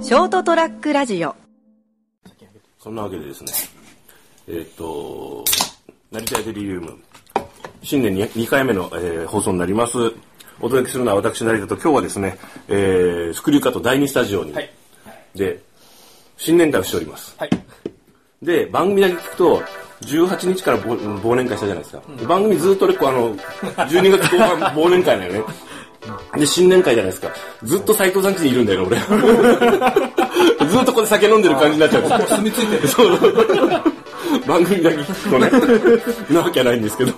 ショートトラックラジオそんなわけでですね、えーっと、成田エデリリウム、新年に2回目の、えー放送になります。お届けするのは私、成田と、今日はですね、えー、スクリューカと第2スタジオに、はい。で、新年会をしております。はい。で、番組だけ聞くと、18日から忘忘年会したじゃないですか。で番組ずっと俺こうあの、12月後半忘年会だよね。で、新年会じゃないですか。ずっと斎藤さん家にいるんだよ ね、俺。ずっとここで酒飲んでる感じになっちゃうんです住み着いてる。番組だけ聞くと ね、なわけはないんですけど。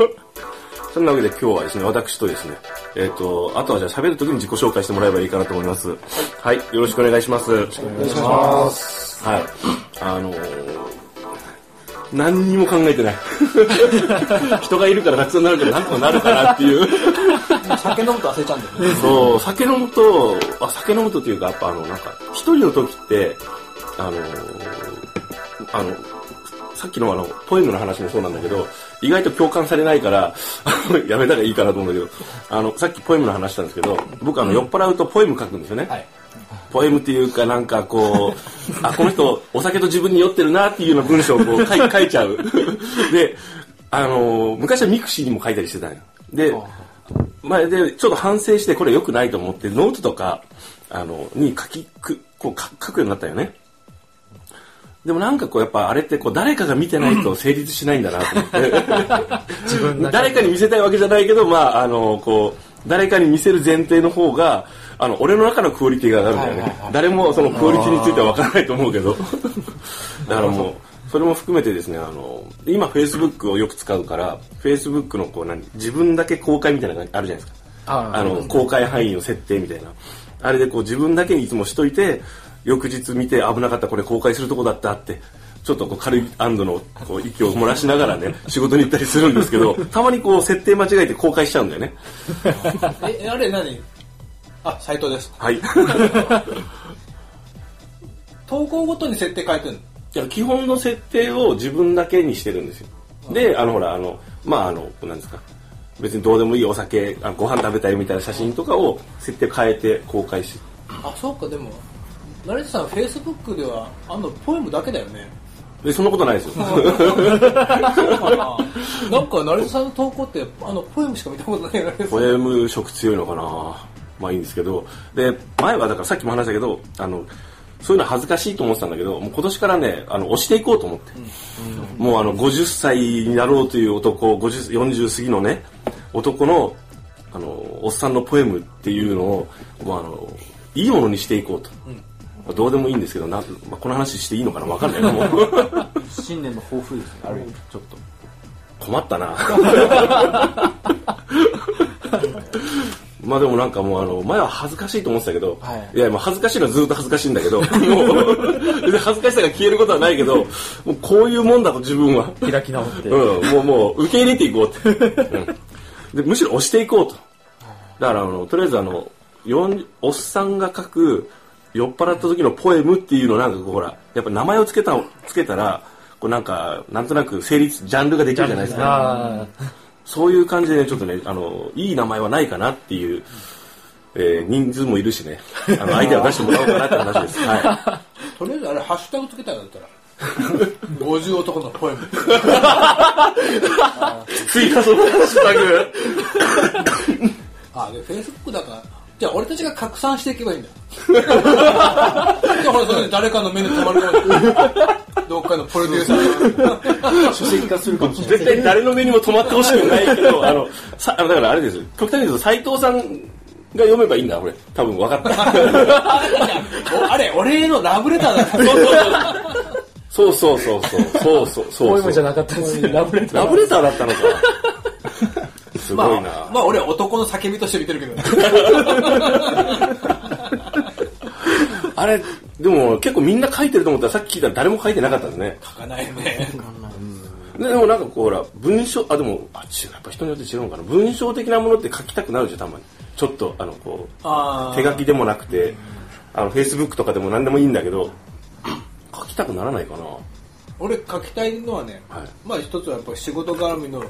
そんなわけで今日はですね、私とですね、えっ、と、あとはじゃあ喋るときに自己紹介してもらえばいいかなと思います。はい、よろしくお願いします。よろしくお願いします。はい。あのー、何にも考えてない。 人がいるからたくさんなるけど、なんとかなるかなっていう。酒飲むと忘れちゃうんだよね。そう、酒飲むと、あ、酒飲むとっていうか、やっぱあの、なんか、一人の時って、あのーあの、さっきのあの、ポエムの話もそうなんだけど、意外と共感されないから、 あのやめたらいいかなと思うんだけど、あの、さっきポエムの話したんですけど、僕あの、酔っ払うとポエム書くんですよね。はい。ポエムっていうか、なんかこう、あ、この人、お酒と自分に酔ってるなっていうような文章をこう書い書いちゃう。で、あのー昔はミクシーにも書いたりしてたのよ。で、前で、ちょっと反省して、これ良くないと思って、ノートとか、あの、に書き、くこう書書くようになったよね。でもなんかこうやっぱあれってこう誰かが見てないと成立しないんだなと思って。自分誰かに見せたいわけじゃないけど、まああの、こう、誰かに見せる前提の方が、あの、俺の中のクオリティが上がるんだよね。誰もそのクオリティについては分からないと思うけど。だからもう、それも含めてですね、あの、今 Facebook をよく使うから、Facebook のこう何、自分だけ公開みたいなのがあるじゃないですか。ああの、公開範囲の設定みたいな。あれでこう自分だけにいつもしといて、翌日見て危なかった、これ公開するとこだったって、ちょっとこう軽い安堵のこう息を漏らしながらね、仕事に行ったりするんですけど、たまにこう設定間違えて公開しちゃうんだよね。え、あれ何あ、斎藤です。はい。 い投稿ごとに設定変えてんのや基本の設定を自分だけにしてるんですよ。で、あのほら、あの、まああの、なんですか。別にどうでもいいお酒、あご飯食べたいみたいな写真とかを設定変えて公開し、あ、そうか、でも、成田さん、フェイスブックでは、あの、ポエムだけだよ ね。で、そんなことないですよ。そうかな。なんか、成田さんの投稿って、あの、ポエムしか見たことないよね。ポエム色強いのかなまあいいんですけどで前はだからさっきも話したけどあのそういうの恥ずかしいと思ってたんだけどもう今年からねあの押していこうと思って、もうあの50歳になろうという男50 40過ぎのね男のあのおっさんのポエムっていうのをもうあのいいものにしていこうと、まあどうでもいいんですけどな、まあ、この話していいのかなわかんないなもう 新年の抱負ですね、ある意味、ちょっと。困ったなまあでもなんかもうあの前は恥ずかしいと思ってたけど、はいい、やもう恥ずかしいのはずっと恥ずかしいんだけどもう別に恥ずかしさが消えることはないけどもうこういうもんだと自分は、開き直って。うん、もうもう受け入れていこうって、うんでむしろ押していこうとだからあのとりあえずあの40おっさんが書く酔っ払った時のポエムっていうのをなんかこうほらやっぱ名前をつけたつけたらこうなんかなんとなく成立ジャンルができるじゃないですかあそういう感じで、ちょっとね、あの、いい名前はないかなっていう、えー人数もいるしね、あの、アイデアを出してもらおうかなって話 です。はとりあえず、あれ、ハッシュタグつけたんだったら。50男のポエム。い。ついたそのハッシュタグ。あ、で、フェイスブックだから、じゃあ俺たちが拡散していけ ばいいんだよ。じゃあほら、それで誰かの目に留まるようにどっかのプロデューサーが。あ、書籍化するかもしれない。絶対誰の目にも止まってほしくないけど、あの、さあのだからあれですよ。極端に言うと、斎藤さんが読めばいいんだ、これ。多分分かった。 おあれ、俺へのラブレターだからそうそうそうそう。そうそうそうそう。ポエムじゃなかったです。ラブレター。ラブレターだった のか。すごいな。まあ、まあ俺男の叫びとして見てるけど。あれ、でも結構みんな書いてると思ったら、さっき聞いたら誰も書いてなかったですね。書かないよね。ででもなんかこうほら文章あでもあ違うやっぱ人によって違うのかな文章的なものって書きたくなるじゃんたまにちょっとあのこあうー手書きでもなくてあのフェイスブックとかでも何でもいいんだけど書きたくならないかな俺書きたいのはね、はいまあ一つはやっぱり仕事絡みの、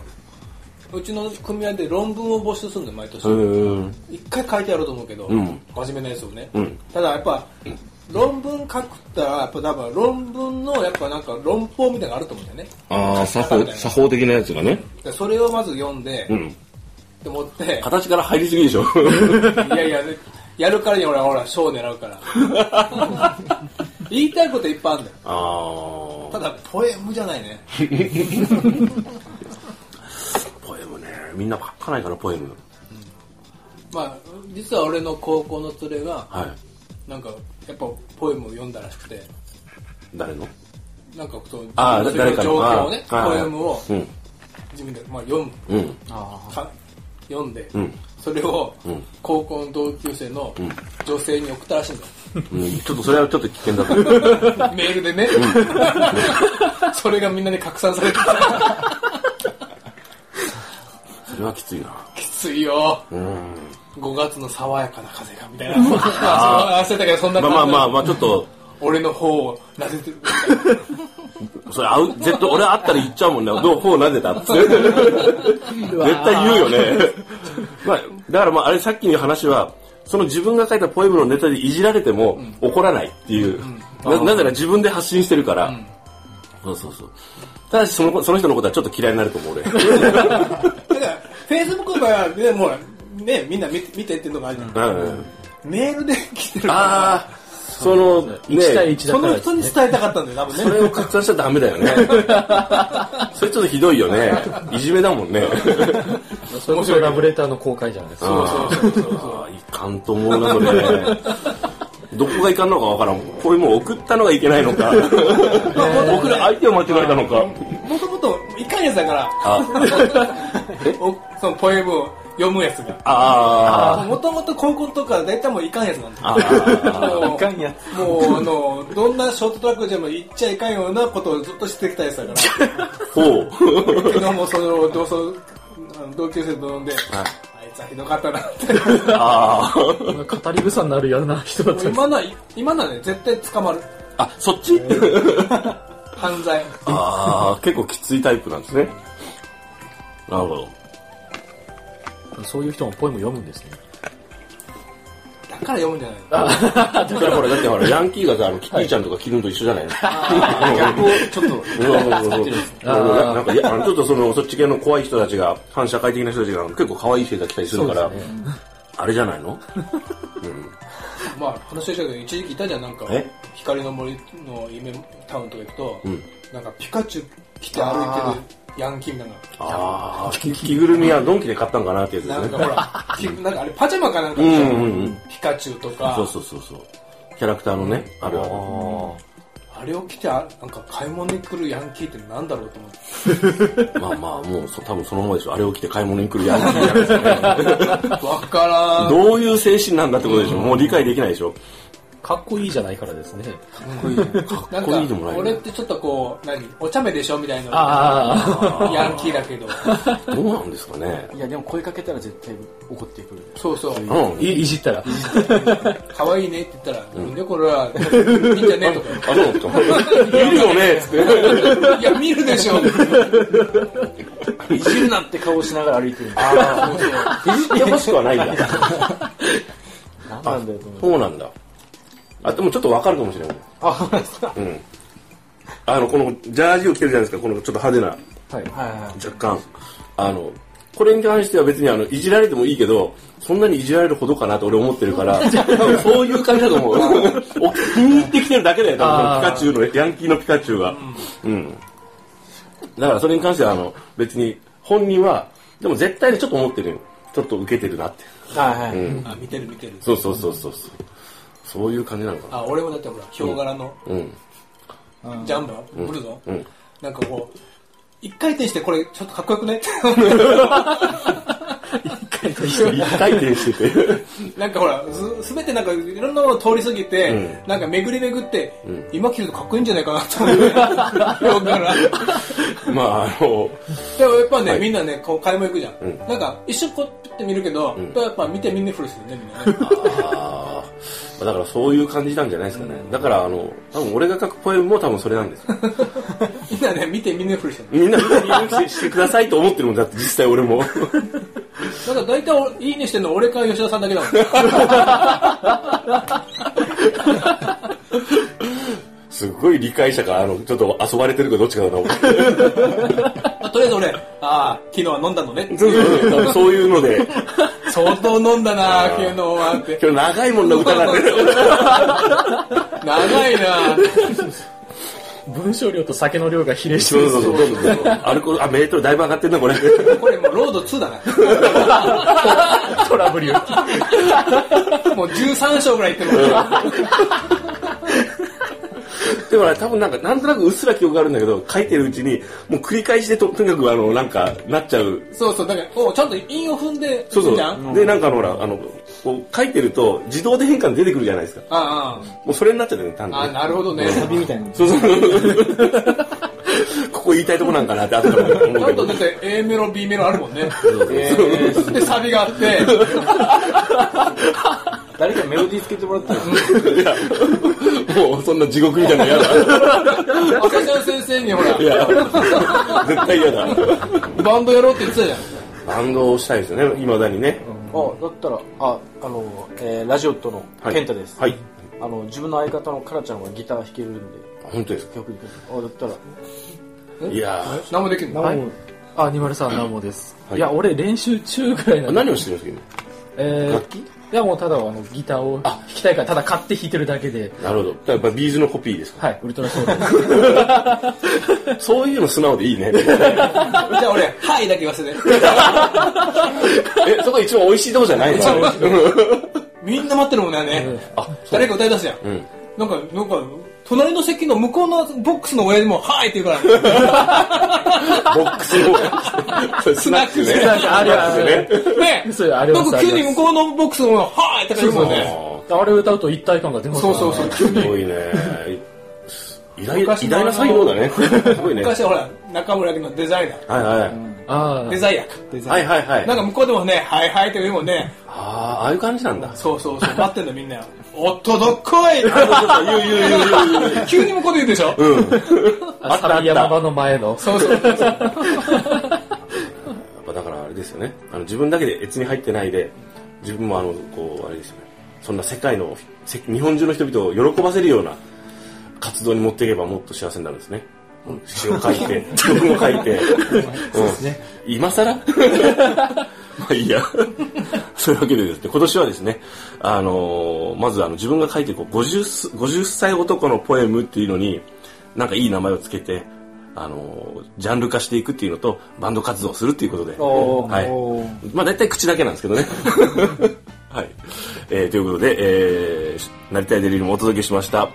うちの組合で論文を募集するんだよ、毎年。うーん一回書いてやろうと思うけど、うん真面目なやつをね、うんただやっぱ、論文書くったら、やっぱ多分論文の、やっぱなんか論法みたいなのがあると思うんだよね。ああ、作法、作法的なやつがね。だからそれをまず読んで、うっん。て思って、形から入りすぎ でしょ。いやいや、やるからには俺はほら、賞狙うから。 言いたいこといっぱいあるんだよ。あーただ、ポエムじゃないね。ポエムね。みんな書かないから、ポエム。まあ、実は俺の高校の連れが、はい。なんか、やっぱポエムを読んだらしくて、誰のなんかその、ああ、自分誰のか状の。況をね、あーポエムをうん。自分で、まあ、読む、うん。か読んで、んそれをん高校の同級生の女性に送ったらしいん だよ。うんちょっとそれはちょっと危険だと思う。メールでね、 それがみんなに拡散されてた。それはきついな。きついよ。うん。 5月の爽やかな風が みたいな。あ、そう、焦ったけどそんなまあ感じ。まあまあまあ、ちょっと、俺の方をなぜてる。それ、あう、絶対、俺あったら言っちゃうもんね。どう、ほうなぜ だって。絶対言うよね。 まあ、だからまあ、あれさっきの話は、その自分が書いたポエムのネタでいじられても怒らないっていう。ななぜなら自分で発信してるから。そうそうそう。ただしその、その人のことはちょっと嫌いになると思う、 俺。だから、Facebook の場合は、ね、もう、ね、みんな見て見てっていうのがあるじゃん。うん、メールで来てるから、ああ、その、 1対ね、 1だそからの人に伝えたかったんだよ、多分ねそ。れを拡散しちゃダメだよ ね。それちょっとひどいよね。いじめだもんね。それこそラブレターの公開じゃないですかそうそうそうそう。いかんと思うな、それ。どこがいかんのかわからん。これもう送ったのがいけないのか。送る相手を間違えたのか。もともと、いかんやつだから、あ、おそのポエムを読むやつが。あーもともと高校とか大体もういかんやつなんだよ。あー。もういかんやもうあの、どんなショートトラックでも言っちゃいかんようなことをずっとしてきたやつだから、ほう。昨日もその同窓あの同級生と飲んで、あいつはひどかったなって。 ああ。語り草になるやな人だっもたう今のは、今のはね、絶対捕まる。あ、そっち犯罪。ああ、結構きついタイプなんですね。なるほど。そういう人もポエム読むんですねだから読むんじゃないのだからほら、だってほら、ヤンキーがさ、あの、キティちゃんとかキルンと一緒じゃないの逆をちょっとそうそうそうななんかいやあのちょっとそのそっち系の怖い人たちが反社会的な人たちが結構可愛い人が来たりするから、そうですあれじゃない のまあ、話しちゃうけど、一時期いたじゃん、なんかえ、光の森の夢タウンとか行くと、んなんかピカチュウ着て歩いてるヤンキーみたいな。ああ着着ぐるみはドンキで買ったんかなってやつでなすんねかほら、ピなんかあれパジャマかなんかう着たんのうんうんピカチュウとか、そうそうそうそうキャラクターのねあれはあれを着て、あなんか買い物に来るヤンキーってなんだろうと思って。まあまあもうそ多分そのままでしょあれを着て買い物に来るヤンキーやつ わからん。どういう精神なんだってことでしょもう理解できないでしょかっこいいじゃないからですねなんこいいでもかない、ね俺ってちょっとこう、何お茶目でしょみたいな。あヤンキーだけど。どうなんですかねいやでも声かけたら絶対怒ってくるそうそう。うんあいいじったら可愛いねって言ったら、なんでこれ は、見んじゃねえとか。あそう いるよねっつっていや、見るでしょ。いじるなって顔しながら歩いてるいじってほしくはないんだ何なんだよと思うそうなんだ。あ、でもちょっとわかるかもしれない。あ本当ですかはうん。あの、このジャージを着てるじゃないですか、このちょっと派手ないは若干。あの、これに関しては別にあの、いじられてもいいけど、そんなにいじられるほどかなと俺思ってるから、多分 そういう感じだと思う。お気に入ってきてるだけだよ、多分あーピカチュウの、ヤンキーのピカチュウが。うん。だからそれに関してはあの、別に本人は、でも絶対にちょっと思ってるよ。ちょっと受けてるなって。いはいはいあ、見てる見てる。そうそうそうそうそう。そういう感じなのかな。あ、俺もだってほら、ヒョウ柄のうん。ジャンバー、ブルゾうんン。なんかこう、一回転してこれ、ちょっとかっこよくない 一回転してて。なんかほら、すすべてなんかいろんなもの通り過ぎて、なんか巡り巡って、今着るとかっこいいんじゃないかなと 思って、だから。 まあ、あの、でもやっぱね、みんなね、こう買い物行くじゃん。なんか一瞬こうピッて見るけど、やっぱ見て見ぬふりするね、みんなね。ああ、だからそういう感じなんじゃないですかね。だから、あの、多分俺が書くポエムも多分それなんですよ。みんなね、見て見ぬふりしてる。みんな、みんなしてしてくださいと思ってるもんだって、実際俺も。 だから大体おいいねしてるの俺か吉田さんだけだもん。ごい理解者か、あの、ちょっと遊ばれてるかどっちかだな、俺まあとりあえず俺、ああ、昨日は飲んだのねってそうそうそうそうそういうので、相当飲んだな、昨日はって。今日長いもんな、歌なんで。長いな。文章量と酒の量が比例してそうるそうそう、どんどんどんどん。アルコール、あ、メートルだいぶ上がってんな、これ。 これもうロード2だトラブルより。な。もう13章ぐらいいってるもんでもね多分なんか、なんとなくうっすら記憶があるんだけど、書いてるうちに、もう繰り返しでと、とにかくあの、なんか、なっちゃう。そうそう、だから、おちゃんと韻を踏んで、そうそうじゃん。で、なんかあのほら、あの、こう書いてると、自動で変換出てくるじゃないですか。あもうそれになっちゃってね、単あ、ああ、に。なるほどね。サビみたいな。そうそう。 ここ言いたいとこなんかなって、後から思ちうゃけんとど。だって A メロ、B メロあるもんね。えーで、サビがあって、誰かメロディーつけてもらったら、もう、そんな地獄みたいなの嫌だ。赤ちゃん先生にほらい、や、絶対嫌だ。バンドやろうって言ってたじゃん。バンドをしたいですよね、未だにね。あ、だったら、あ、あの、えーラジオットのはい健太です。はい。あの、自分の相方のカラちゃんはギター弾けるんで、本当ですか曲いくあ、だったら、いやー何もできんのはい。あ、アニマルさん、ナモです。はいいや、俺練習中ぐらいなあんで。何をしてるんですかえー楽器いや、もうただあのギターを弾きたいから、ただ買って弾いてるだけで。今なるほど。だからやっぱビーズのコピーですかはい、ウルトラソウルです。そういうの素直でいいね。じゃあ俺、はいだけ言わせて。え、そこ一番美味しいとこじゃないのみんな待ってるもんね、ね。誰か歌い出すやん。んなんか、なんか、隣の席の向こうのボックスの親父も、はいって言うから、ね、ボックスを。それスナックね。ススナックあるあるナックね。そういうあれはなんか急に向こうのボックスの親が、はいって言うもんね。ああれを歌うと一体感が出ますそうそうそう。ーすごいね。偉大偉大な才能だね。すごいね。はい昔ほら、中村家のデザイナー。はい。ああデ。ザイアか。はいはいはいなん。か向こうでもね、はいはいって言うもんね。ああ、ああいう感じなんだ。そうそうそう、待ってんだみんな。 おっと、どっこい言う言う言う言う。 急に向こうで言うでしょ、あサラリ山場の前の。そうそうそう そう。やっぱだからあれですよねあの自分だけで越に入ってないで自分もあのこうあれですよねそんな世界のせ日本中の人々を喜ばせるような活動に持っていけばもっと幸せになるんですね うん詩を書いて曲も書いて そうですね、今更 まあいいや そういうわけでですね今年はですねあのーまずあの自分が書いてこう 50, す50歳男のポエムっていうのになんかいい名前をつけてあのージャンル化していくっていうのとバンド活動をするっていうことで、おーおはい、まあ大体口だけなんですけどねはい、えーということで、えー、なりたいデリルもお届けしました、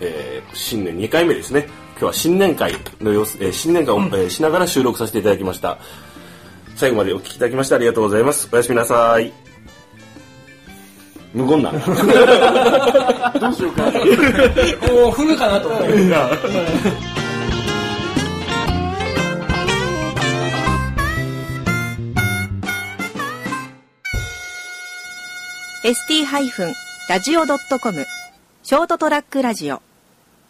えー新年2回目ですね今日は新年会の様子、えー新年会を、えーしながら収録させていただきました最後までお聞きいただきましてありがとうございますおやすみなさい無言なもう振るかなと思って。 ST-radio.com ショートトラックラジオ